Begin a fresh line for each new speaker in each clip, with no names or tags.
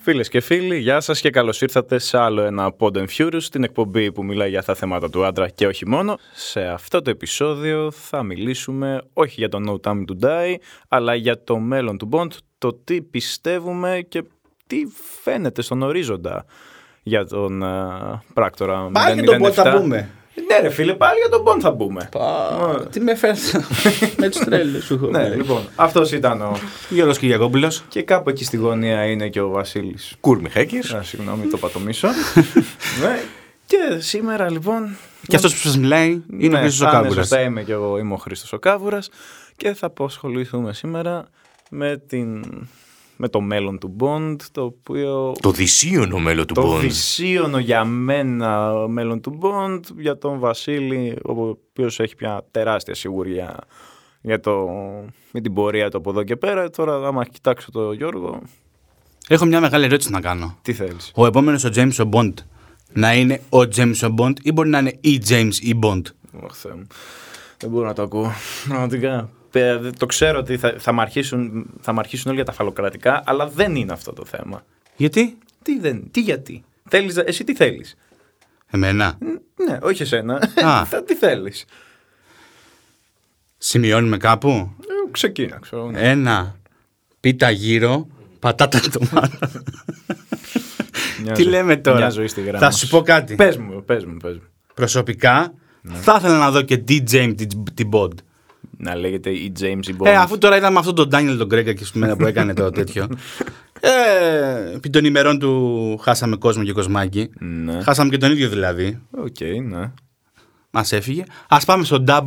Φίλες και φίλοι, γεια σας και καλώς ήρθατε σε άλλο ένα Pod and Furious, την εκπομπή που μιλάει για τα θέματα του άντρα και όχι μόνο. Σε αυτό το επεισόδιο θα μιλήσουμε όχι για το No Time to Die, αλλά για το μέλλον του Bond, το τι πιστεύουμε και τι φαίνεται στον ορίζοντα για τον ε, πράκτορα.
Πάλι για τον Bond θα
007.
πούμε.
Ναι, ρε φίλε, πάλι για τον Bond θα μπούμε.
Πα, τι με φέρνεις με τους τρέλους σου έχω
Ναι,
πει.
λοιπόν, αυτός ήταν ο.
Γιώργος Κυριακόπουλος.
Και κάπου εκεί στη γωνία είναι και ο Βασίλης.
Κούρ Μιχάκη.
Α, συγγνώμη, το πατομίσω. ναι. Και σήμερα λοιπόν.
Και αυτός που σας μιλάει είναι
ναι,
ο Χρήστο
θα είναι
Κάβουρα.
Σωστά είμαι και εγώ, είμαι ο Χρήστος ο Κάβουρας και θα ασχοληθούμε σήμερα με, την... με το μέλλον του Bond, το οποίο.
Το δυσίωνο μέλο του
Το
Bond.
δυσίωνο για μένα μέλλον του Bond, για τον Βασίλη, ο οποίος έχει πια τεράστια σιγουριά για, το, για την πορεία του από εδώ και πέρα. Τώρα, άμα κοιτάξω τον Γιώργο,
Έχω μια μεγάλη ερώτηση να κάνω.
τι θέλεις.
Ο επόμενος ο James ο Bond να είναι ο James ο Bond ή μπορεί να είναι η James η Bond.
Αχ, Θεέ μου. Δεν μπορώ να το ακούω. Πραγματικά. Ε, δε- Το ξέρω ότι θα, θα, μ' αρχίσουν, θα μ' αρχίσουν όλοι για τα φαλοκρατικά, αλλά δεν είναι αυτό το θέμα.
Γιατί?
Τι, δεν, τι γιατί. Θέλεις, να- εσύ τι θέλεις.
Εμένα.
Ναι, όχι εσένα.
Α.
θα τι θέλεις.
Σημειώνουμε κάπου.
Ε, Ξεκίνα, ξέρω. Ναι.
Ένα. Πίτα γύρω. Πατάτα το μάνα.
Μια
Τι
ζω-
λέμε τώρα.
Μια ζωή στη γράμμα.
Θα σου πω κάτι.
Πες Ναι. μου, πες μου, πες μου.
Προσωπικά θα ήθελα να δω και τη James την- την Bond.
Να λέγεται η James Bond.
Ε, αφού τώρα ήταν με αυτόν τον Ντάνιελ τον Κρέκα και σήμερα που έκανε το τέτοιο. Ε, επί των ημερών του χάσαμε κόσμο και κοσμάκι.
Ναι.
Χάσαμε και τον ίδιο δηλαδή.
Οκ, ναι.
Μας έφυγε. Ας πάμε στο 008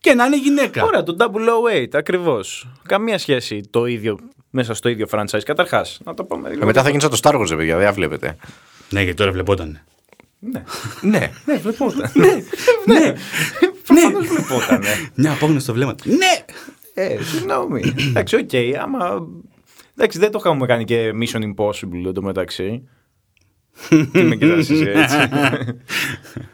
και να είναι γυναίκα.
Ωραία, το 008, ακριβώς. Καμία σχέση το ίδιο μέσα στο ίδιο franchise. Καταρχάς, να το πούμε. λίγο.
Ε, μετά θα γίνεις σαν το Star Wars, ρε παιδιά, δεν βλέπετε.
Ναι, γιατί τώρα βλεπόταν.
Ναι.
ναι.
Ναι, βλεπόταν. ναι, ναι. Προφανώ βλεπόταν.
Μια απόγνωση στο βλέμμα. Ναι!
Ε, συγγνώμη. Εντάξει, οκ, άμα. Εντάξει, δεν το είχαμε κάνει και Mission Impossible εντωμεταξύ. Τι με κοιτάς εσύ έτσι.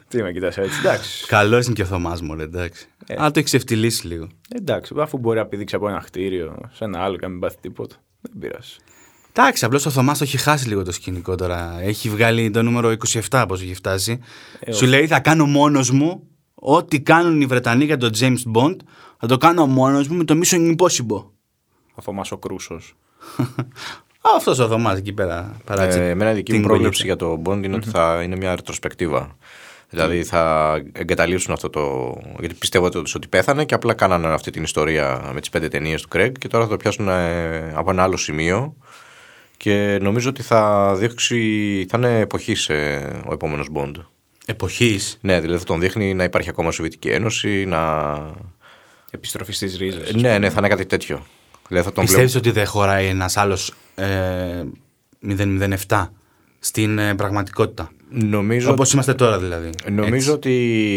Τι με κοιτάς έτσι. Εντάξει.
Καλός είναι και ο Θωμάς μου, εντάξει.
Ε.
Α το έχεις ευτυλίσει λίγο.
Εντάξει, αφού μπορεί να πηδήξει από ένα χτίριο σε ένα άλλο και να μην πάθει τίποτα. Δεν πειράζει.
Εντάξει, απλώς ο Θωμάς το έχει χάσει λίγο το σκηνικό τώρα. Έχει βγάλει το νούμερο 27, πώ έχει φτάσει.
Ε,
Σου λέει θα κάνω μόνος μου ό,τι κάνουν οι Βρετανοί για τον James Bond. Θα το κάνω μόνος μου με το Mission Impossible.
Ο Θωμάς ο Κρούσος.
Αυτός ο Θωμάς εκεί πέρα παράτσε.
Ε, εμένα η δική
την
μου πρόβλεψη
κολλήτσα.
για το Bond είναι ότι θα είναι μια ρετροσπεκτίβα. Δηλαδή θα εγκαταλείψουν αυτό το. Γιατί πιστεύω ότι, ότι πέθανε και απλά κάνανε αυτή την ιστορία με τις πέντε ταινίες του Craig και τώρα θα το πιάσουν ε, από ένα άλλο σημείο. Και νομίζω ότι θα δείξει. θα είναι εποχή ο επόμενος Bond.
Εποχής.
Ναι, δηλαδή θα τον δείχνει να υπάρχει ακόμα Σοβιετική Ένωση, να.
Επιστροφή στις ρίζες.
Ναι, ναι, θα είναι κάτι τέτοιο. Δηλαδή θα τον βλέπουμε-
Πιστεύεις ότι δεν χωράει ένας άλλος ε, 007 στην ε, πραγματικότητα.
Νομίζω
Όπως είμαστε τώρα δηλαδή.
Νομίζω ότι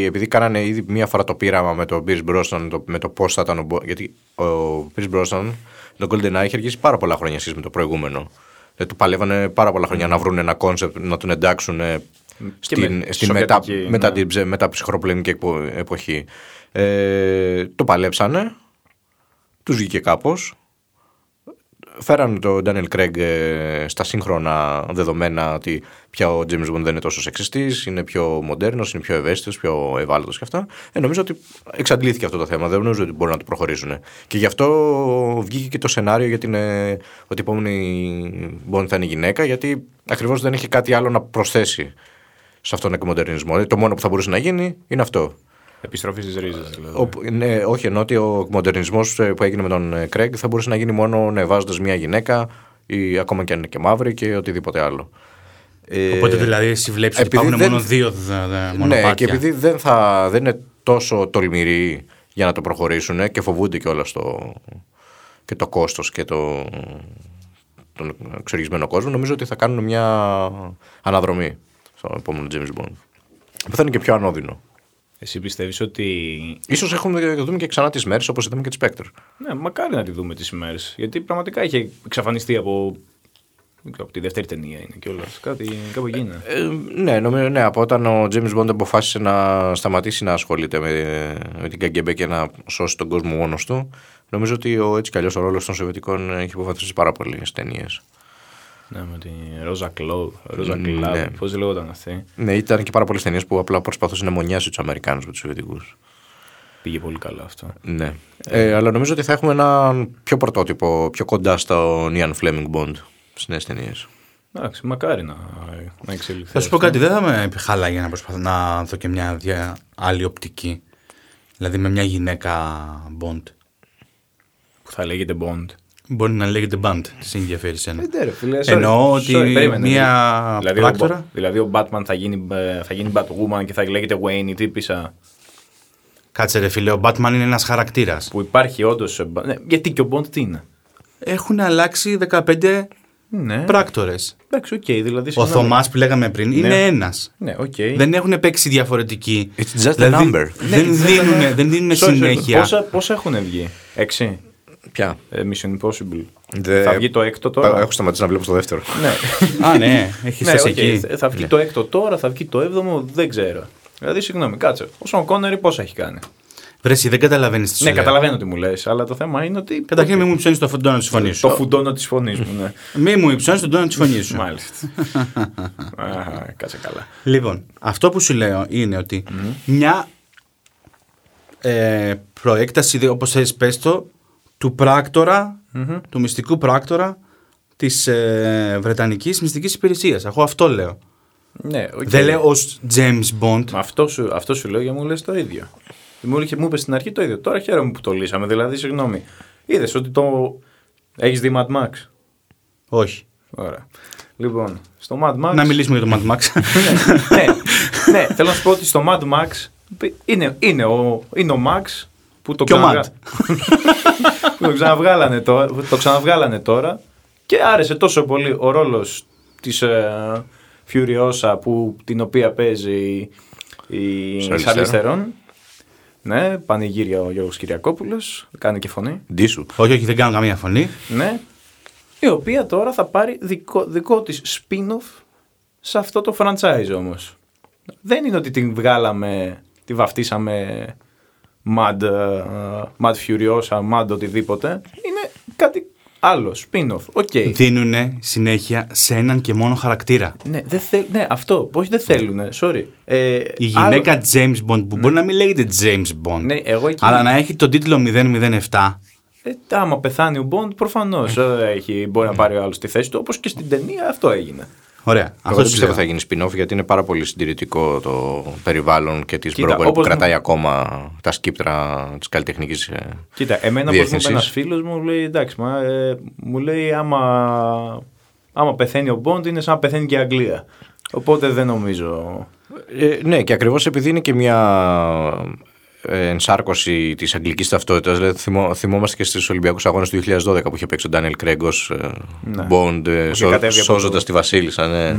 επειδή κάνανε ήδη μία φορά το πείραμα με τον Pierce Brosnan, το, με το πώς θα ήταν ο Μπο- Γιατί ο Pierce Brosnan, το GoldenEye, είχε αργήσει πάρα πολλά χρόνια σχέση με το προηγούμενο. Δηλαδή του παλεύανε πάρα πολλά χρόνια να βρουν ένα κόνσεπτ, να τον εντάξουν στην,
με-
στην
στη
μετά,
Σοβιετική,
μετά,
ναι.
την ψε- μετά ψυχροπολεμική εκπο- εποχή. Ε, το παλέψανε, τους βγήκε κάπως, φέραν τον Daniel Craig ε, στα σύγχρονα δεδομένα ότι πια ο James Bond δεν είναι τόσο σεξιστής, είναι πιο μοντέρνος, είναι πιο ευαίσθητος, πιο ευάλωτος και αυτά. Ε, νομίζω ότι εξαντλήθηκε αυτό το θέμα, δεν νομίζω ότι μπορούν να το προχωρήσουν. Και γι' αυτό βγήκε και το σενάριο για την, ε, ότι η επόμενη Bond θα είναι γυναίκα, γιατί ακριβώς δεν είχε κάτι άλλο να προσθέσει σε αυτόν τον εκμοντερνισμό. Δηλαδή, το μόνο που θα μπορούσε να γίνει είναι αυτό.
Επιστροφή στις ρίζες. δηλαδή.
Όπου- ναι, όχι, ενώ ότι ο μοντερνισμό που έγινε με τον ε, Κρέγκ θα μπορούσε να γίνει μόνο βάζοντα μια γυναίκα ή ακόμα και αν είναι και μαύρη και οτιδήποτε άλλο. Ε,
Οπότε δηλαδή εσύ βλέπεις ότι
επειδή
υπάρχουν
δεν-
μόνο δύο δε, δε, μονοπάτια.
ναι, και επειδή δεν, θα, δεν είναι τόσο τολμηροί για να το προχωρήσουν ε, και φοβούνται και όλα στο, και το κόστος και το, τον εξοργισμένο κόσμο, νομίζω ότι θα κάνουν μια αναδρομή στον επόμενο James Bond. Που θα είναι και πιο ανώδυνο.
Εσύ πιστεύεις ότι
Ίσως έχουμε να δούμε και ξανά τις μέρες όπως είδαμε και τη Spectre.
Ναι, μακάρι να τη δούμε τις ημέρες. Γιατί πραγματικά είχε εξαφανιστεί από, δεν ξέρω, από τη δεύτερη ταινία είναι και όλα. Κάτι, κάπου εκεί είναι.
Ε, ναι, νομίζω, ναι, από όταν ο James Bond αποφάσισε να σταματήσει να ασχολείται με, με την Καγκέμπε και να σώσει τον κόσμο μόνος του, νομίζω ότι ο, έτσι κι αλλιώς ο ρόλος των Σοβιετικών ε, έχει υποβαθμιστεί πάρα πολύ στις ταινίες.
Ναι, με την Ρόζα Κλόβ. Ρόζα
Ναι.
Κλάβ. Πώ λεγόταν αυτή.
Ναι, ήταν και πάρα πολλές ταινίες που απλά προσπαθούσε να μονιάσει τους Αμερικάνους με τους Σοβιετικούς.
Πήγε πολύ καλά αυτό.
Ναι. Ε, αλλά νομίζω ότι θα έχουμε ένα πιο πρωτότυπο, πιο κοντά στον Ian Fleming Bond στις νέες ταινίες.
Εντάξει, μακάρι να, να εξελιχθεί.
Θα σου πω κάτι, δεν θα με χαλάγει να προσπαθώ να δω και μια δια- άλλη οπτική. Δηλαδή με μια γυναίκα Bond.
Που θα λέγεται Bond.
Μπορεί να λέγεται Bond, τι σε ενδιαφέρει σένα.
ρε, φίλε, sorry.
Εννοώ
Sorry,
ότι
περίμενε.
μία
Δηλαδή, ο,
πράκτορα.
Μπα- δηλαδή ο Batman θα γίνει, ε, θα γίνει Batwoman και θα λέγεται Wayne η τύπησα
Κάτσε ρε φίλε, ο Batman είναι ένας χαρακτήρας.
που υπάρχει όντως. Ναι, γιατί και ο Bond τι είναι.
Έχουν αλλάξει 15
Ναι.
πράκτορες.
Εντάξει, οκ, δηλαδή.
Ο
συγγνώμη.
Θωμάς που λέγαμε πριν είναι ένας.
Ναι, οκ.
Δεν έχουν παίξει διαφορετική. Δηλαδή,
It's just a number.
Δεν δίνουν, δεν δίνουνε
Sorry, sorry.
συνέχεια.
Ναι, Πόσα, πόσα έχουν βγει. Έξι.
Πια.
Ε, Mission Impossible.
Δε-
Θα βγει το έκτο τώρα.
Έχω σταματήσει να βλέπω στο δεύτερο.
Ναι.
Α, ναι, έχεις
ναι, οκ,
εκεί.
θα- θα βγει το έκτο τώρα, θα βγει το έβδομο, δεν ξέρω. Δηλαδή, συγγνώμη, κάτσε. Ο Σον Κόνερ πόσα έχει κάνει.
Βρε, εσύ δεν καταλαβαίνεις τις σου
ναι,
λέω.
καταλαβαίνω τι μου λες, αλλά το θέμα είναι ότι.
Καταρχήν, μην μου ψώνει το φουντό να της φωνής
Το
σου.
φουντώνω της φωνής μου, ναι.
Μην μου ψώνει τον τόνο να της φωνής σου.
Μάλιστα. Α, κάτσε καλά.
Λοιπόν, αυτό που σου λέω είναι ότι μια ε, προέκταση, όπως θες πες το, του πράκτορα, του μυστικού πράκτορα της ε, Βρετανικής Μυστικής Υπηρεσίας. Εγώ αυτό λέω.
Ναι, οκ.
Δεν λέω ως James Bond.
Μα αυτό σου, αυτό σου λέω για μου λες το ίδιο. Μου, είχε- μου είπες στην αρχή το ίδιο. Τώρα χαίρομαι που το λύσαμε. Δηλαδή, συγγνώμη. Είδες ότι το. Έχεις δει Mad Max.
Όχι.
Ωραία. Λοιπόν, στο Mad Max.
Να μιλήσουμε για το Mad Max.
ναι, ναι, ναι, θέλω να σου πω ότι στο Mad Max είναι, είναι, ο, είναι ο Max που το,
Και ο
ξαναβγα- που το ξαναβγάλανε τώρα, το ξαναβγάλανε τώρα και άρεσε τόσο πολύ ο ρόλος της ε, Furiosa που, την οποία παίζει η
Charlize
Charlize
Theron.
Theron. Ναι, πανηγύρια ο Γιώργος Κυριακόπουλος, κάνει και φωνή.
Ντίσου.
όχι, όχι, δεν κάνω καμία φωνή.
Ναι. Η οποία τώρα θα πάρει δικό, δικό της spin-off σε αυτό το franchise όμως. Δεν είναι ότι την βγάλαμε, τη βαφτίσαμε Mad, ε, mad Furiosa, Mad οτιδήποτε. Είναι κάτι άλλο, spin-off. Οκ.
Δίνουνε συνέχεια σε έναν και μόνο χαρακτήρα.
Ναι, δεν θέλ, ναι, αυτό. Όχι, δεν θέλουν. Sorry. Ε,
Η
άλλο-
γυναίκα James Bond που μπορεί να μην λέγεται James Bond,
Ναι, εγώ εκεί-
αλλά να έχει τον τίτλο 007.
Ε, άμα πεθάνει ο Bond, προφανώς μπορεί να πάρει ο άλλος τη θέση του. Όπως και στην ταινία αυτό έγινε.
Ωραία.
Εγώ
Αυτό
δεν
σου
πιστεύω
λέω.
θα γίνει spin-off γιατί είναι πάρα πολύ συντηρητικό το περιβάλλον και της
Κοίτα,
Μπρόκολη που
όπως μου-
κρατάει ακόμα τα σκύπτρα ε. της καλλιτεχνικής.
Κοίτα, εμένα που μου
Διεύθυνσης.
είπε ένας φίλος μου, λέει εντάξει, μα, ε, μου λέει άμα, άμα πεθαίνει ο Μποντ είναι σαν να πεθαίνει και η Αγγλία. Οπότε δεν νομίζω.
Ε, ναι, και ακριβώς επειδή είναι και μια ε, ενσάρκωση της αγγλικής ταυτότητας. Δηλαδή, θυμό- θυμόμαστε και στους Ολυμπιακούς Αγώνες του 2012 που είχε παίξει ο Ντάνιελ ε, Κρέγκ ω Μποντ,
κατέβηκε από το-
σώζοντα τη Βασίλισσα. Ναι.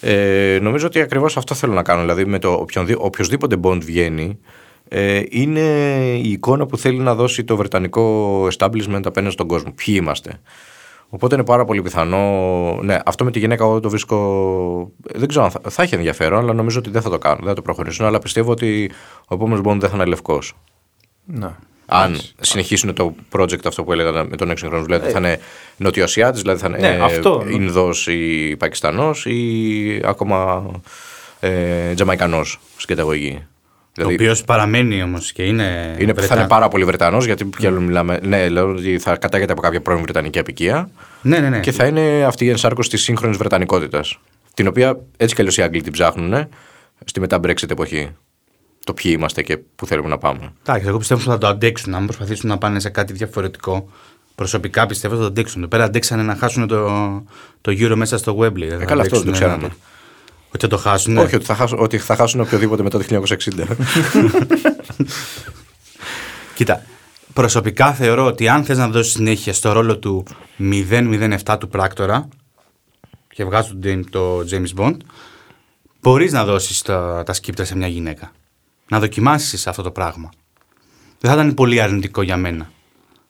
Ε, νομίζω ότι ακριβώς αυτό θέλω να κάνω. Δηλαδή, με το οποιονδή- οποιοδήποτε Μποντ βγαίνει, ε, είναι η εικόνα που θέλει να δώσει το βρετανικό establishment απέναντι στον κόσμο. Ποιοι είμαστε. Οπότε είναι πάρα πολύ πιθανό. Ναι, αυτό με τη γυναίκα εγώ το βρίσκω. Δεν ξέρω αν θα, θα έχει ενδιαφέρον, αλλά νομίζω ότι δεν θα το κάνουν. Δεν θα το προχωρήσουν. Αλλά πιστεύω ότι ο επόμενος Bond δεν θα είναι λευκός.
Να.
Αν συνεχίσουν το project αυτό που έλεγα με τον εξυγχρονισμό, δηλαδή θα είναι Νοτιοασιάτης, δηλαδή θα είναι
Ναι, αυτό, ναι.
Ινδός ή Πακιστανός ή ακόμα ε, Τζαμαϊκανός στην καταγωγή.
Το
Δηλαδή
οποίος παραμένει όμως και είναι.
είναι, θα
Βρετάν.
είναι πάρα πολύ Βρετανό, γιατί πια μιλάμε. Ναι, λέω ότι θα κατάγεται από κάποια πρώην Βρετανική απικία.
Ναι, ναι, ναι.
Και θα είναι αυτή η ενσάρκωση της σύγχρονης Βρετανικότητας. Την οποία έτσι κι αλλιώς οι Άγγλοι την ψάχνουν στη μετά Brexit εποχή. Το ποιοι είμαστε και πού θέλουμε να πάμε.
Εντάξει, εγώ πιστεύω ότι θα το αντέξουν. Αν προσπαθήσουν να πάνε σε κάτι διαφορετικό, προσωπικά πιστεύω ότι θα το αντέξουν. Εδώ πέρα αντέξανε να χάσουν το, το γύρο μέσα στο Wembley. Δεν θα
Ε, καλά, αυτό
αντέξουν
δεν το ξέραμε.
έναν- Ότι θα το χάσουν.
Όχι, ότι θα, χάσουν, ότι θα χάσουν οποιοδήποτε μετά το 1960.
Κοίτα, προσωπικά θεωρώ ότι αν θες να δώσεις συνέχεια στο ρόλο του 007 του πράκτορα και βγάζει τον James- το James Bond, μπορείς να δώσεις τα, τα σκύπτρα σε μια γυναίκα. Να δοκιμάσεις αυτό το πράγμα. Δεν θα ήταν πολύ αρνητικό για μένα.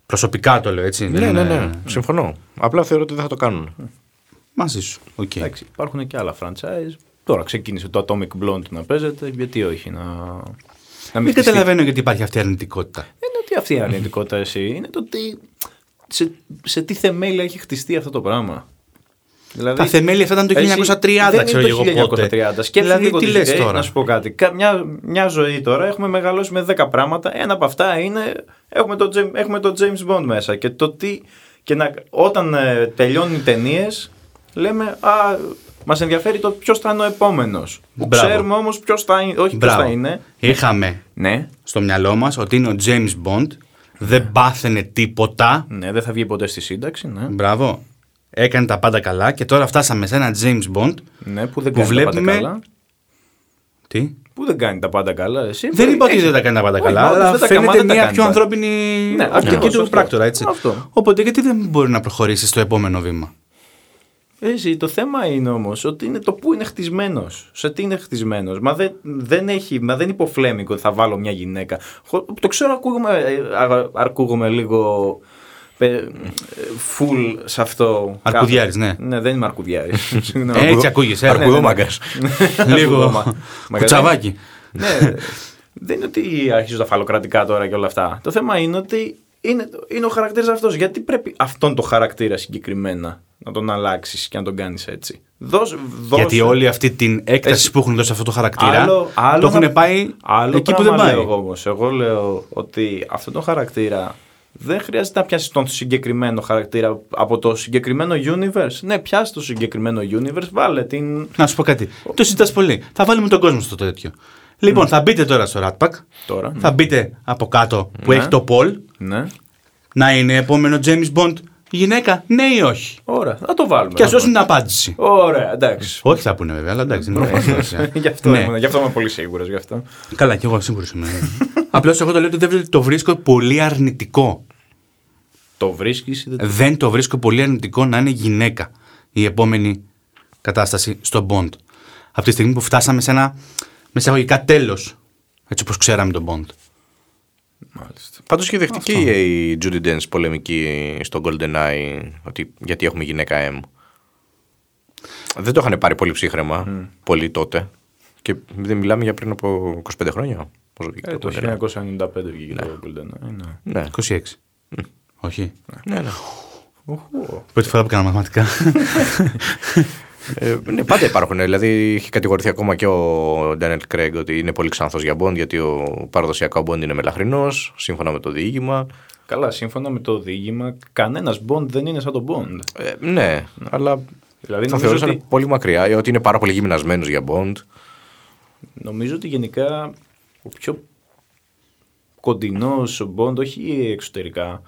Προσωπικά το λέω, έτσι.
ναι,
δεν
ναι,
είναι-
ναι. Συμφωνώ. Απλά θεωρώ ότι δεν θα το κάνουν.
Μαζί σου. Οκ.
Εντάξει, υπάρχουν και άλλα franchise. Τώρα ξεκίνησε το Atomic Blonde να παίζεται. Γιατί όχι να. να
Δεν
χτιστεί.
καταλαβαίνω γιατί υπάρχει αυτή η αρνητικότητα.
Δεν είναι ότι αυτή η αρνητικότητα εσύ. Είναι το ότι. Σε, σε τι θεμέλια έχει χτιστεί αυτό το πράγμα. Δηλαδή,
Τα θεμέλια αυτά ήταν το
εσύ-
1930,
δεν
ξέρω
είναι το
εγώ πότε.
1930. Σκέψου
Δηλαδή,
λίγο
τι
τη
λες
ζωή,
τώρα.
ε, Να σου πω κάτι. Κα- Μια, μια ζωή τώρα έχουμε μεγαλώσει με 10 πράγματα. Ένα από αυτά είναι. Έχουμε το, James- έχουμε το James Bond μέσα. Και, το τι, και να, όταν ε, τελειώνουν οι ταινίες, λέμε Α, μας ενδιαφέρει το ποιος θα είναι ο επόμενος.
Μπράβο.
Ξέρουμε όμως ποιος θα είναι. Όχι ποιος θα είναι.
Είχαμε
Ναι,
στο μυαλό μας ότι είναι ο James Bond, δεν πάθαινε τίποτα.
ναι, δεν θα βγει ποτέ στη σύνταξη. Ναι,
Μπράβο. Έκανε τα πάντα καλά και τώρα φτάσαμε σε ένα James Bond.
ναι που δεν
Που
κάνει τα
βλέπουμε-
πάντα καλά.
Τι.
Που δεν κάνει τα πάντα καλά. Εσύ,
Δεν είπα ότι
έχεις-
δεν τα κάνει τα πάντα
Όχι,
καλά,
όντως
αλλά
δεν τα
φαίνεται
κάνει, δεν τα
μια
κάνει
πιο
τα-
ανθρώπινη
Ναι,
οπτική
ακριβώς,
του
αυτό.
πράκτορα, έτσι.
Αυτό.
Οπότε γιατί δεν μπορεί να προχωρήσει στο επόμενο βήμα.
Εσύ, το θέμα είναι όμως ότι είναι το πού είναι χτισμένος. Σε τι είναι χτισμένος. Μα δεν, δεν, έχει, μα δεν υποφλέμικο ότι θα βάλω μια γυναίκα. Χω- Το ξέρω, ακούγομαι, ε, α- αρκούγομαι λίγο ε, full σε αυτό.
Αρκουδιάρης, ναι.
Ναι, δεν είμαι αρκουδιάρης.
Έτσι ακούγεσαι.
ναι, ναι.
Αρκουδόμαγκα.
Λίγο κουτσαβάκι.
ναι. Δεν είναι ότι αρχίζω τα φαλοκρατικά τώρα και όλα αυτά. Το θέμα είναι ότι είναι, είναι ο χαρακτήρας αυτός. Γιατί πρέπει αυτόν τον χαρακτήρα συγκεκριμένα να τον αλλάξεις και να τον κάνεις έτσι. Δώσ, δώσ,
Γιατί όλη αυτή την έκταση
Εσύ-
που έχουν δώσει σε αυτό το χαρακτήρα το
να-
έχουν πάει
άλλο
εκεί που δεν
πράγμα
πάει.
Λέω εγώ, όμως. εγώ λέω ότι αυτόν τον χαρακτήρα δεν χρειάζεται να πιάσεις τον συγκεκριμένο χαρακτήρα από το συγκεκριμένο universe. Ναι, πιάσει το συγκεκριμένο universe, βάλε την.
Να σου πω κάτι. Το συζητάς πολύ. Θα βάλουμε τον κόσμο στο τέτοιο.
Ναι.
Λοιπόν, θα μπείτε τώρα στο Rat Pack.
Τώρα, ναι.
Θα μπείτε από κάτω που
Ναι.
έχει το Paul.
Ναι.
Να είναι επόμενο James Bond γυναίκα, ναι ή όχι.
Ωραία, θα το βάλουμε.
Και ας δώσουν την απάντηση.
Ωραία, εντάξει.
Όχι θα πούνε βέβαια, αλλά εντάξει. είναι ωραία.
Ναι. γι, αυτό
Ναι.
ήμουν, γι' αυτό είμαι πολύ σίγουρος. Γι' αυτό.
Καλά, και εγώ σίγουρος είμαι. Απλώς εγώ το λέω ότι δεν το βρίσκω πολύ αρνητικό.
Το βρίσκεις ή δεν το.
δεν το βρίσκω πολύ αρνητικό να είναι γυναίκα η επόμενη κατάσταση στο Bond. Από τη στιγμή που φτάσαμε σε ένα μεσαγωγικά τέλος. Έτσι όπως ξέραμε τον Bond.
Μάλιστα.
Πάντως και δεχτική η Judy Dance πολεμική στο GoldenEye ότι γιατί έχουμε γυναίκα M. Δεν το είχαν πάρει πολύ ψύχρεμα. Πολύ τότε. Και δεν μιλάμε για πριν από 25 χρόνια. Πώς βγήκε
Ε,
το
το
GoldenEye.
1995 βγήκε το Golden. Ναι.
Ναι.
26. Όχι.
Ναι, ναι.
Οχου.
Πρώτη φορά που έκανα μαθηματικά.
Ε, ναι, πάντα υπάρχουν. Δηλαδή, έχει κατηγορηθεί ακόμα και ο Ντάνιελ Κρέγκ ότι είναι πολύ ξανθός για Μποντ, γιατί ο παραδοσιακά ο Μποντ είναι μελαχρινός, σύμφωνα με το διήγημα.
Καλά, σύμφωνα με το διήγημα, κανένας Bond δεν είναι σαν τον Bond.
Ε, ναι, αλλά
Δηλαδή,
το
νομίζω
θεωρούσαν
ότι-
πολύ μακριά, ε, ότι είναι πάρα πολύ γυμνασμένος για Μποντ.
Νομίζω ότι γενικά ο πιο κοντινός ο Μποντ, όχι εξωτερικά,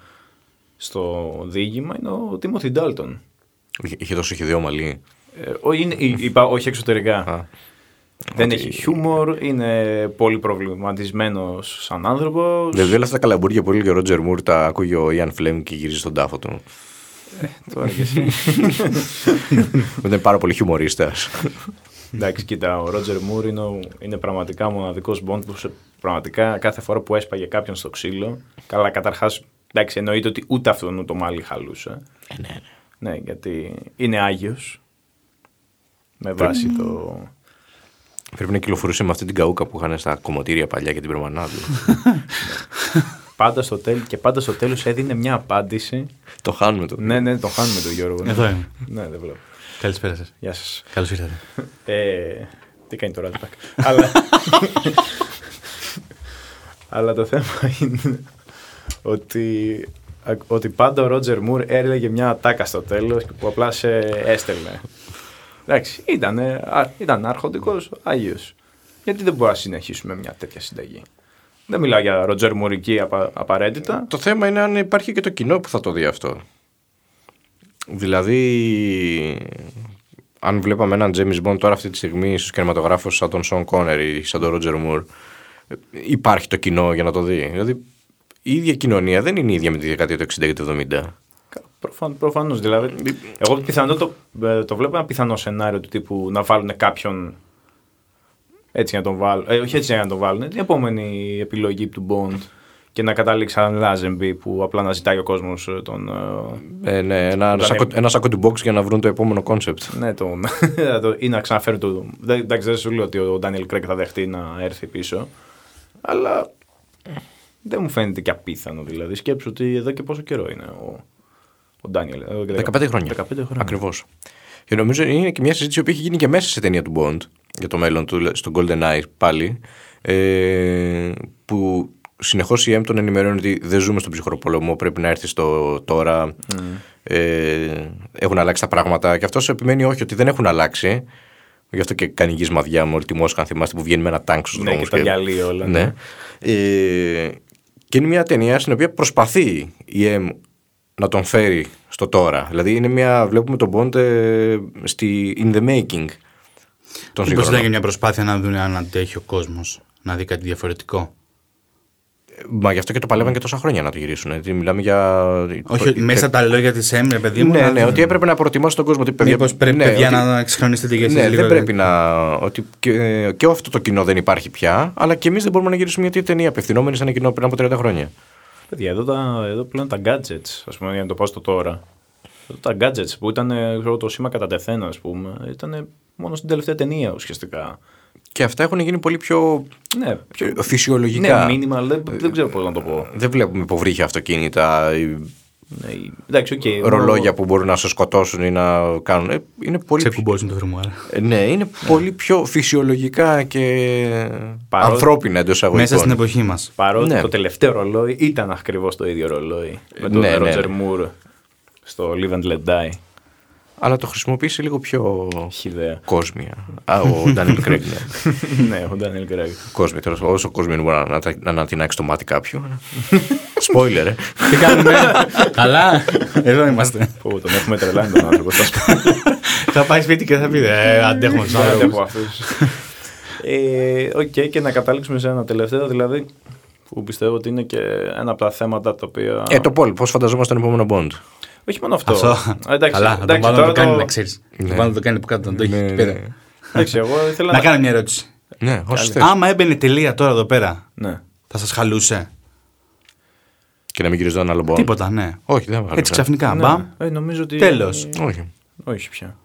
στο διήγημα είναι ο Τίμωθη Ντάλτον.
Είχε τόσο χειδεό μαλλί.
Ε, ο- είναι- εί- είπα όχι εξωτερικά.
Α.
Δεν
Ότι-
έχει χιούμορ, είναι πολύ προβληματισμένος σαν άνθρωπος.
Δηλαδή, όλα αυτά τα καλαμπούρια που έλεγε ο Ρότζερ Μουρ τα ακούγε ο Ιαν Φλέμ και γυρίζει στον τάφο του.
Τώρα και εσύ.
Ήταν πάρα πολύ χιουμορίστας.
Εντάξει, κοίτα, ο Ρότζερ Μουρ είναι, ο- είναι πραγματικά μοναδικό Μποντ που σε- πραγματικά κάθε φορά που έσπαγε κάποιον στο ξύλο. Καλά, καταρχάς, εντάξει, εννοείται ότι ούτε αυτόν ούτε το μάλι χαλούσε. ναι, ναι. Ναι, γιατί είναι άγιος. Με βάση το.
Πρέπει να κυκλοφορούσε με αυτή την καούκα που είχαν στα κομμωτήρια παλιά και την περμανά του.
Πάντα στο τέλ... Και πάντα στο τέλος έδινε μια απάντηση.
το χάνουμε το.
ναι, ναι, το χάνουμε τον Γιώργο. ναι.
Εδώ είμαι.
ναι, δεν βλέπω.
Καλησπέρα σας.
Γεια σας.
Καλώς ήρθατε.
Ε, τι κάνει το Rat Pack. Αλλά... Αλλά το θέμα είναι ότι, ότι πάντα ο Ρότζερ Μουρ έλεγε μια ατάκα στο τέλος που απλά σε έστελνε. Εντάξει, ήταν, ήταν αρχοντικός, άγιος. Γιατί δεν μπορούμε να συνεχίσουμε μια τέτοια συνταγή. Δεν μιλάω για Ρότζερ Μουρική απα, απαραίτητα.
Το θέμα είναι αν υπάρχει και το κοινό που θα το δει αυτό. Δηλαδή, αν βλέπαμε έναν James Bond τώρα αυτή τη στιγμή στους κινηματογράφους σαν τον Σον Κόνερ ή σαν τον Ρότζερ Μουρ, ε, υπάρχει το κοινό για να το δει. Δηλαδή, η ίδια κοινωνία δεν είναι η ίδια με τη δεκαετία του 60 και του 70.
Προφαν, προφανώς, δηλαδή. Εγώ πιθανό το, ε, το βλέπω ένα πιθανό σενάριο του τύπου να βάλουν κάποιον έτσι να τον βάλουν. Ε, όχι έτσι να τον βάλουν. Την επόμενη επιλογή του Bond και να καταλήξει έναν Λάζεμπι που απλά να ζητάει ο κόσμος ε, τον... ε,
Ε, ναι, ένα,
Ήταν-
σάκο, ένα σάκο του box για να βρουν το επόμενο κόνσεπτ.
ναι, τον, το- ή να ξαναφέρει το... Δεν- Εντάξει, δεν σου λέω ότι ο Ντάνιελ Κρέκ θα δεχτεί να έρθει πίσω. Αλλά δεν μου φαίνεται και απίθανο δηλαδή. Σκέψου ότι εδώ και πόσο καιρό είναι ο, ο Ντάνιελ. εδώ και
15 χρόνια.
15 χρόνια.
Ακριβώς. Και νομίζω είναι και μια συζήτηση που έχει γίνει και μέσα σε ταινία του Bond για το μέλλον του στο Golden Eye πάλι. Ε, που συνεχώς η M τον ενημερώνει ότι δεν ζούμε στον ψυχρό πολεμό, πρέπει να έρθει στο τώρα.
Mm.
Ε, έχουν αλλάξει τα πράγματα. Και αυτός επιμένει όχι ότι δεν έχουν αλλάξει. Γι' αυτό και κανηγεί μαδιά με όλη τη Μόσχα, αν θυμάστε, που βγαίνει με ένα τάγκ στους
Ναι, και τα γυαλί όλα.
ναι. Ε, και είναι μια ταινία στην οποία προσπαθεί η M να τον φέρει στο τώρα. Δηλαδή είναι μια, βλέπουμε τον Bond ε, στη in the making. Τον
Μήπως ήταν
σύγχρονο.
και μια προσπάθεια να δουν αν αντέχει ο κόσμος να δει κάτι διαφορετικό.
Μα γι' αυτό και το παλεύαν και τόσα χρόνια να το γυρίσουν. Δηλαδή μιλάμε για.
Όχι,
Τε-
μέσα τα λόγια της Έμ, ρε παιδί μου.
Ναι, ναι, ότι έπρεπε να προτιμάσει τον κόσμο. ότι, παιδιά-
Μήπως πρέπει
ναι,
παιδιά
ότι-
να δηλαδή. εξυγχρονίσετε τη γεσία
Ναι, δεν πρέπει να. Ότι και, και αυτό το κοινό δεν υπάρχει πια, αλλά και εμείς δεν μπορούμε να γυρίσουμε μια ταινία απευθυνόμενη σε ένα κοινό πριν από 30 χρόνια.
Παιδιά, εδώ, τα, εδώ πλέον τα gadgets, ας πούμε, για να το πάω στο τώρα. Εδώ τα gadgets που ήταν ε, ξέρω, το σήμα κατά τεθένα, ας πούμε, ήταν μόνο στην τελευταία ταινία ουσιαστικά.
Και αυτά έχουν γίνει πολύ πιο
Ναι, πιο...
πιο φυσιολογικά.
Ναι, μήνυμα, δεν, δεν ξέρω πώς να το πω.
Δεν βλέπουμε υποβρύχια αυτοκίνητα, ή
Ναι, εντάξει, okay,
ρολόγια που μπορούν να σε σκοτώσουν ή να κάνουν. Ε, Είναι πολύ, πιο-
Ξεκουμπώσουν το δρόμο, άρα.
Ε, ναι, είναι πολύ πιο φυσιολογικά και
Παρό-
ανθρώπινα εντός αγωγικών.
Μέσα στην εποχή μας.
Παρότι
Ναι.
το τελευταίο ρολόι ήταν ακριβώς το ίδιο ρολόι. Με τον
Ναι, ναι,
Roger
ναι.
Moore στο Live and Let Die.
Αλλά το χρησιμοποίησε λίγο πιο
Έχει ιδέα.
κόσμια. Α, ο Ντάνιλ Κρέγκ. ναι.
ναι, ο Daniel Craig.
Κόσμοι, τέλος πάντων. Όσο κόσμοι μπορεί να, να, να ανατινάξει το μάτι κάποιου. Spoiler, ε.
Τι κάνουμε. Καλά. Εδώ είμαστε.
Πω, τον έχουμε τρελάνει τον άνθρωπο. θα σου πω.
θα πάει σπίτι και θα πει Ε, αντέχουμε τους
Ναι,
Άντε
άνθρωπου.
από αυτούς. Ε, Οκ, και να καταλήξουμε σε ένα τελευταίο, δηλαδή που πιστεύω ότι είναι και ένα από τα θέματα τα οποία.
ε, το Πολ, πώς φανταζόμαστε τον επόμενο Bond.
Όχι μόνο αυτό.
Αυτό.
Εντάξει,
Καλά, θα τον
εντάξει,
βάλω να
τώρα
το κάνει,
το-
να ξέρεις. Θα βάλω να το κάνει από κάτω, να το έχει
Ναι,
εκεί
ναι.
πέρα.
Εντάξει, εγώ ήθελα
Να κάνω μια ερώτηση.
Ναι, όσο θες.
Άμα έμπαινε τελεία τώρα εδώ πέρα,
Ναι.
θα σας χαλούσε.
Και να μην γυρίζει ένα άλλο Bond.
Τίποτα, ναι.
Όχι, δεν θα
Έτσι ξαφνικά. Μπαμ.
Ναι, ε, νομίζω ότι.
Τέλος.
Όχι.
Όχι πια.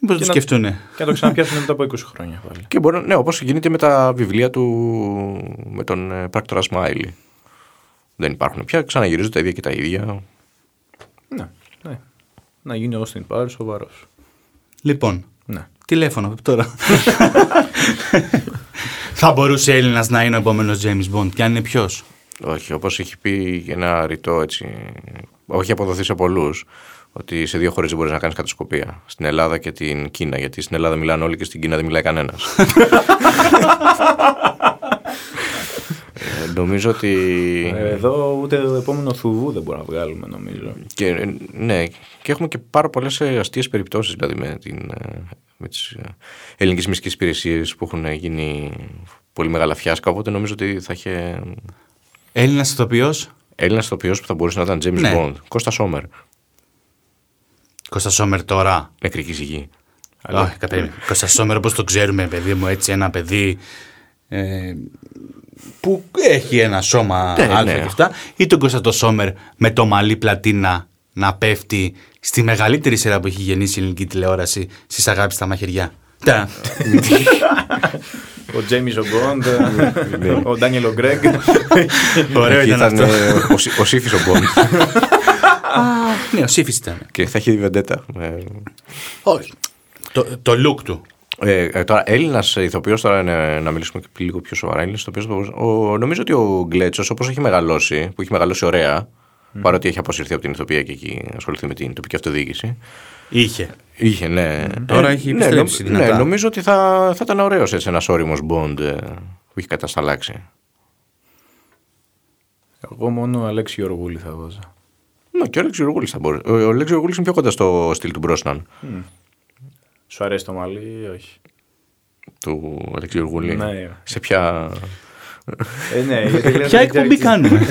Μήπω το
να-
σκεφτούνε.
Και να το ξαναπιάσουμε μετά από 20 χρόνια πάλι.
Και μπορεί, ναι, όπως γίνεται με τα βιβλία του με τον ε, πράκτορα Σμάιλι. Δεν υπάρχουν πια, ξαναγυρίζουν τα ίδια και τα ίδια.
Ναι, ναι. Να γίνει ο Austin Powers σοβαρός.
Λοιπόν,
Ναι.
τηλέφωνο από τώρα. θα μπορούσε Έλληνας να είναι ο επόμενος James Bond, και αν είναι ποιος.
Όχι, όπως έχει πει ένα ρητό έτσι. Όχι αποδοθείς σε πολλού. Ότι σε δύο χώρες δεν μπορείς να κάνεις κατασκοπία. Στην Ελλάδα και την Κίνα. Γιατί στην Ελλάδα μιλάνε όλοι και στην Κίνα δεν μιλάει κανένας. Ε, νομίζω ότι.
Ε.
Εδώ ούτε το επόμενο θουβού δεν μπορούμε να βγάλουμε, νομίζω.
Και, ε, ναι, και έχουμε και πάρα πολλές αστείες περιπτώσεις δηλαδή, με, την, ε, με τις ελληνικές μυστικές υπηρεσίες που έχουν γίνει πολύ μεγάλα φιάσκα. Οπότε νομίζω ότι θα είχε
Έλληνας ηθοποιός,
Έλληνας ηθοποιός που θα μπορούσε να ήταν James
Ναι.
Bond. Κώστα Σόμερ.
Κώστα Σόμερ τώρα.
Νεκρική ζυγή.
Όχι, καταρχήν. Κώστα Σόμερ, όπως το ξέρουμε, παιδί μου, έτσι ένα παιδί. ε, που έχει ένα σώμα
Ναι,
άλφα
ναι.
και αυτά, ή τον Κώστα το Σόμερ με το μαλλί πλατίνα να πέφτει στη μεγαλύτερη σειρά που έχει γεννήσει η ελληνική τηλεόραση στις αγάπης στα μαχαιριά. Τα.
Ο Τζέιμις ο Γκόντ,
Ναι.
ο Ντάνιελ ο Γκρέγκ.
Ωραίο
Εκεί
ήταν αυτό.
ε, ο, Σι- ο Σύφης ο Bond.
Ναι, ο Σύφης ήταν.
και θα είχε βεντέτα. Ε,
Όχι. Το, το look του.
ε, ε, τώρα, Έλληνας ηθοποιός, τώρα είναι, να μιλήσουμε και λίγο πιο σοβαρά. Έλληνας ηθοποιός, θα μπορούσε- ο, νομίζω ότι ο Γκλέτσος, όπως έχει μεγαλώσει, που έχει μεγαλώσει ωραία, παρότι έχει αποσυρθεί από την ηθοποιία και έχει ασχοληθεί με την τοπική αυτοδιοίκηση.
Είχε.
Είχε, ναι.
Τώρα έχει
ναι,
επιστρέψει
νο-
δυνατά.
Ναι, νομίζω ότι θα, θα ήταν ωραίος έτσι ένας όριμος Bond ε, που έχει κατασταλάξει.
Εγώ μόνο Αλέξη Γεωργούλη θα βάζα.
Ναι, και ο Λέξιο Γουλή θα μπορούσε. Ο ο Λέξιο Γουλή είναι πιο κοντά στο στυλ του Μπρόσναν.
Σου αρέσει το μαλλί ή όχι.
Του Αλεξίου Γουλή.
Ναι.
Σε ποια.
Ε, ναι, γιατί λες, δεν
Ποια
ξέρει
εκπομπή
τι-
κάνουμε.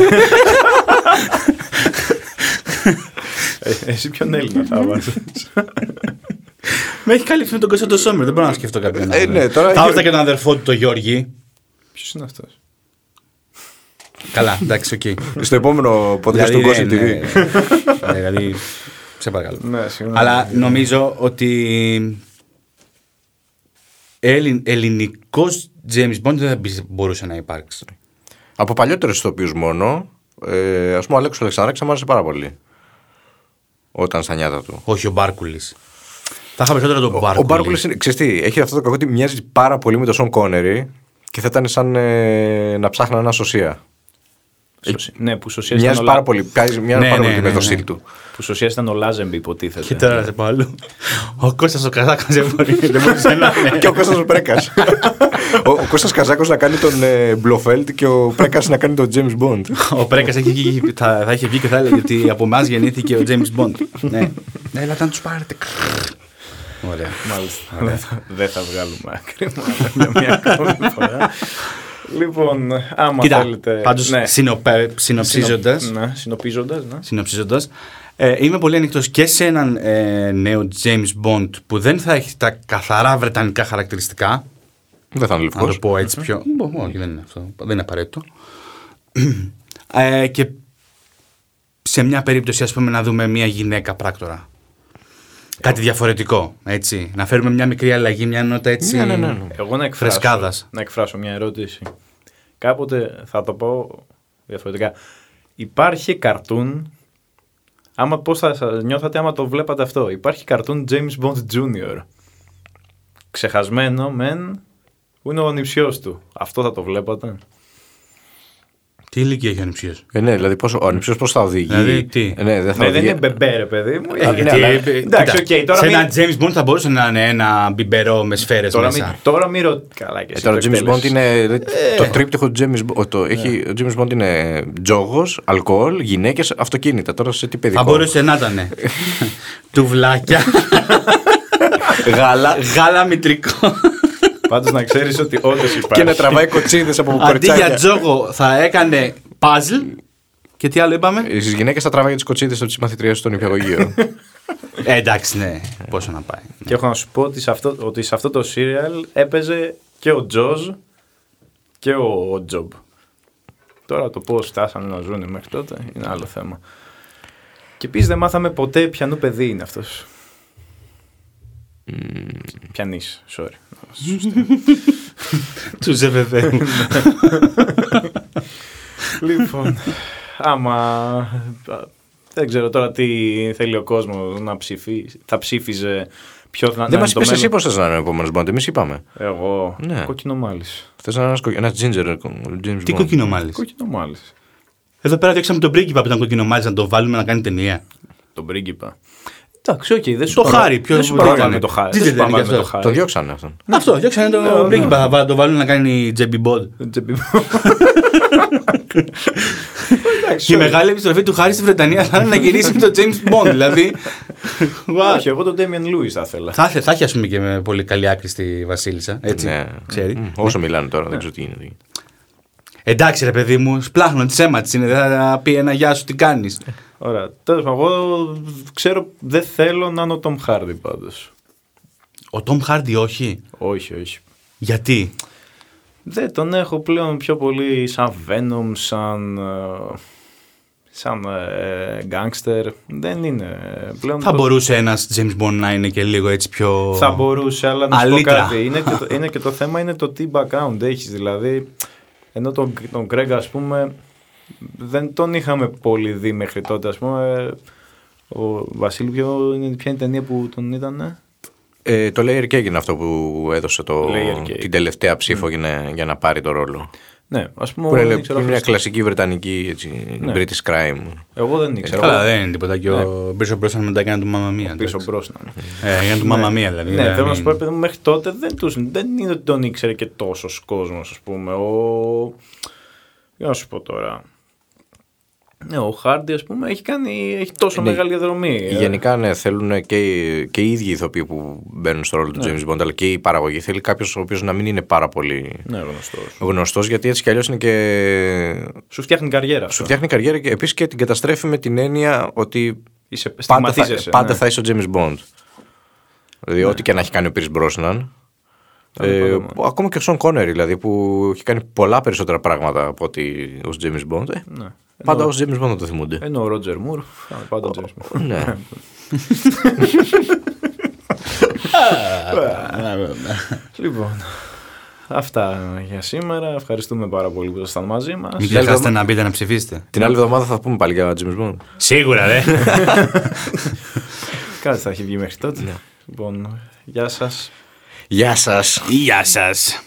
Ε, Εσύ ποιον Έλληνα θα βάζεις.
Με έχει καλύψει με τον Κωνσταντίνο Σόμερ. Δεν μπορώ να σκεφτώ κάποιον.
Ε,
άλλον.
ναι, τώρα
Θα
έχει-
έβαζα και τον αδερφό του, τον Γιώργη.
Ποιος είναι αυτός.
Καλά, εντάξει, οκ.
στο επόμενο podcast
Δηλαδή,
του
ναι,
Gossip
ναι, ναι.
TV.
Ναι, Δηλαδή. Σε παρακαλώ.
Ναι, συγγνώμη.
Αλλά νομίζω ότι. Ελληνικός James Bond δεν θα μπει- μπορούσε να υπάρξει.
Από παλιότερους ηθοποιούς μόνο. Ε, Ας πούμε, ο Αλέξος Αλεξανδράκης θα μ' άρεσε πάρα πολύ. Όταν στα νιάτα του.
Όχι ο Μπάρκουλης. Θα είχα περισσότερο τον
Ο
Μπάρκολη.
Μπάρκολη είναι. Ξέρεις τι, έχει αυτό το κακό ότι μοιάζει πάρα πολύ με τον Σον Κόνερι και θα ήταν σαν ε, να ψάχναν ένα σωσία.
Σωσί- Ναι, που σωσία ήταν,
Μοιάζει
ο
πάρα
Λα-
πολύ. Μοιάζει μοιάζει
Ναι,
πάρα
ναι,
πολύ
ναι,
με το
ναι.
στυλ του.
που σωσία ήταν ο Λάζεμπι, υποτίθεται.
Και τώρα σε πάλι. Ο Κώστας ο Καζάκας δεν μπορεί δεν μπορούσε να είναι.
και ο Κώστας Πρέκας. ο, ο Κώστας Καζάκος να κάνει τον ε, Μπλοφέλτ και ο Πρέκας να κάνει τον James Bond.
Ο Πρέκας έχει βγει- θα, θα είχε βγει και θα έλεγε ότι από εμάς γεννήθηκε ο James Bond. ναι. Έλα να τους πάρετε. Ωραία.
Μάλιστα. Δεν θα- Δεν θα βγάλουμε άκρη μάλλον, για μια ακόμη φορά. Λοιπόν, άμα
Κοίτα,
θέλετε.
πάντως
ναι.
συνοπε- συνοψίζοντας,
Ναι, συνοπίζοντας, ναι.
συνοψίζοντας, ε, είμαι πολύ ανοιχτός και σε έναν ε, νέο James Bond που δεν θα έχει τα καθαρά βρετανικά χαρακτηριστικά.
Δεν θα είναι
Να το
λευκός.
πω έτσι πιο. Μπο- μπο- Όχι, δεν είναι αυτό. Δεν είναι απαραίτητο. Ε, και σε μια περίπτωση, ας πούμε, να δούμε μια γυναίκα πράκτορα. Κάτι διαφορετικό, έτσι. Να φέρουμε μια μικρή αλλαγή, μια νότα έτσι.
Ναι, ναι, ναι, ναι.
Εγώ να εκφράσω,
Φρεσκάδας.
να εκφράσω μια ερώτηση. Κάποτε θα το πω διαφορετικά. Υπάρχει καρτούν. Άμα πώς θα σας νιώθατε άμα το βλέπατε αυτό. Υπάρχει καρτούν James Bond Jr. Ξεχασμένο μεν που είναι ο νηψιός του. Αυτό θα το βλέπατε.
Τι ηλικία έχει ο ανυψιός.
Ε, ναι, δηλαδή πόσο, ο ανυψιός πώς θα οδηγεί.
Δηλαδή, τι.
Ε, ναι, δεν θα ναι,
Ναι, δεν
οδηγεί.
είναι μπεμπέ, ρε παιδί μου.
Ε,
Είναι,
γιατί,
ναι, αλλά-
ε,
Εντάξει,
κοίτα,
οκ, τώρα
σε
μην-
ένα James Bond θα μπορούσε να είναι ένα μπιμπερό με σφαίρες
Τώρα
μέσα.
μην τώρα μη ρω- Καλά και
Ε,
εσύ
τώρα ο
το
James Bond
εκτέλεσες.
είναι.
Ε.
Το τρίπτυχο του James Bond. Το, έχει,
Ναι.
ο James Bond είναι τζόγος, αλκοόλ, γυναίκες, αυτοκίνητα. Τώρα σε τι
Θα
παιδικό.
μπορούσε να ήταν. ναι. Τουβλάκια. γάλα, γάλα μητρικό.
Πάντως να ξέρεις ότι όντως υπάρχει.
Και να τραβάει κοτσίδες από
Αντί για
κοριτσάκια.
τζόγο θα έκανε παζλ. Και τι άλλο είπαμε.
Στι γυναίκες θα τραβάει τις κοτσίδες από τις μαθητρίε στον νηπιαγωγείο.
Ε, εντάξει, ναι. Πόσο να πάει.
Και έχω να σου πω ότι σε αυτό, ότι σε αυτό το serial έπαιζε και ο Τζοζ και ο Τζομπ. Τώρα το πώς φτάσανε να ζουν μέχρι τότε είναι άλλο θέμα. Και επίσης δεν μάθαμε ποτέ ποιανού παιδί είναι αυτός. Πιανής, sorry.
Του ζεβεβαίου.
λοιπόν, άμα... Δεν ξέρω τώρα τι θέλει ο κόσμος να ψηφίσει. Θα ψήφιζε ποιος θα να
Δεν
είναι
μας
το
είπες εσύ
μέλλον.
πώ θε να είναι ο επόμενος Bond. Εμείς είπαμε.
Εγώ,
Ναι.
κόκκινο μάλις.
Θες να είναι ένας ginger James
τι
Bond.
κοκκινό μάλιστα.
Κόκκινο μάλις.
Εδώ πέρα διώξαμε τον πρίγκιπα που ήταν κοκκινό μάλιστα να το βάλουμε να κάνει ταινία.
Τον πρίγκιπα. Εντάξει, οκ, δεν σου
Το
παρα-
χάρι, ποιο
δεν σου
μπορεί να
παραπάνω
κάνει.
το χάρι.
Τι
Δεν σου
δεν είναι
παραπάνω
αυτό.
το χάρι.
Το διώξανε αυτόν.
Αυτό, διώξανε τον πρίγκιπα να το βάλουν να κάνει τζέμπι μποντ.
Τζεμπι-
Και η μεγάλη επιστροφή του χάρη στη Βρετανία θα είναι να γυρίσει με τον James Bond. Δηλαδή. Wow.
Όχι, εγώ τον Ντέμιεν Λούι θα ήθελα.
Θα, είχε- θα έχει ας πούμε και με πολύ καλή άκρη στη Βασίλισσα. Έτσι.
Ναι.
Ξέρει.
Μμ, Όσο μιλάνε τώρα, δεν ξέρω τι γίνεται.
Εντάξει ρε παιδί μου, σπλάχνω τη αίμα της είναι. Δεν θα πει ένα γεια σου τι κάνεις.
Ωραία. Τέλος πάντων, εγώ ξέρω, δεν θέλω να είναι ο Τόμ Χάρντι πάντως.
Ο Τόμ Χάρντι όχι.
Όχι, όχι.
Γιατί.
Δεν τον έχω πλέον πιο πολύ σαν Venom, σαν. ε, σαν ε, gangster. Δεν είναι. Πλέον
Θα
το-
μπορούσε ένας James Bond να είναι και λίγο έτσι πιο.
Θα μπορούσε, αλλά να σου πω
Αλήτρα.
κάτι. Είναι και, το, είναι και το θέμα είναι το τι background έχεις. Δηλαδή, ενώ τον, τον Greg, ας πούμε, δεν τον είχαμε πολύ δει μέχρι τότε. Ας πούμε, ο Βασίλη, ποιο είναι, ποια είναι η ταινία που τον ήταν.
Ε, το Layer Cake είναι αυτό που έδωσε το,
Layer Cake.
την τελευταία ψήφο για, να, για να πάρει το ρόλο.
Ναι, ας πούμε,
Που είναι,
δεν
που
ήξερα
είναι μια
ποιος- Ναι.
κλασική βρετανική έτσι, British crime.
Εγώ δεν
Ε,
ήξερα.
Καλά,
Εγώ-
δεν είναι τίποτα. Και ο Μπίσο Μπρόσαν μετά έκανε του Μάμα Μία.
Πίσω
εντάξει.
μπροστά.
Ε, έκανε του Μάμα Μία δηλαδή.
Ναι. Ναι,
δηλαδή,
θέλω να σου πω,
μην-
επειδή μέχρι τότε δεν, τους, δεν είναι ότι τον ήξερε και τόσος κόσμος, ας πούμε. Ο... Για να σου πω τώρα. Ναι, ο Χάρντι, ας πούμε, έχει, κάνει, έχει τόσο μεγάλη διαδρομή. Ε,
Ναι, Γενικά, ναι, θέλουν και, οι- και οι ίδιοι ηθοποιοί που μπαίνουν στο ρόλο του
Ναι.
James Bond, αλλά και η παραγωγή. Θέλει κάποιος ο οποίος να μην είναι πάρα πολύ
Ναι, γνωστός.
γνωστός, γιατί έτσι κι αλλιώς είναι και.
Σου φτιάχνει καριέρα.
Σου
αυτό.
φτιάχνει καριέρα και επίσης και την καταστρέφει με την έννοια ότι
Είσαι,
πάντα θα,
στιγματίζεσαι,
πάντα
ναι.
θα είσαι ο James Bond. Δηλαδή, ό,τι και να έχει κάνει ο Pierce Brosnan. Ε,
πάμε.
που- ακόμα και ο Σον Κόνερ, δηλαδή, που έχει κάνει πολλά περισσότερα πράγματα από ότι ω James Bond. Ε,
Ναι.
Πάντα ω James Bond να το θυμούνται.
Ενώ ο Ρότζερ Μουρ. α, Πάντα ο James Moore.
ναι.
Ναι, Λοιπόν. Αυτά για σήμερα. Ευχαριστούμε πάρα πολύ που ήσασταν μαζί μας.
Μην ξεχάσετε να μπείτε να ψηφίσετε.
Την άλλη εβδομάδα θα πούμε πάλι για James Bond.
Σίγουρα, ρε.
Ναι.
Κάτι θα έχει βγει μέχρι τότε.
Λοιπόν, γεια σας.
Γεια σας.
Γεια σας.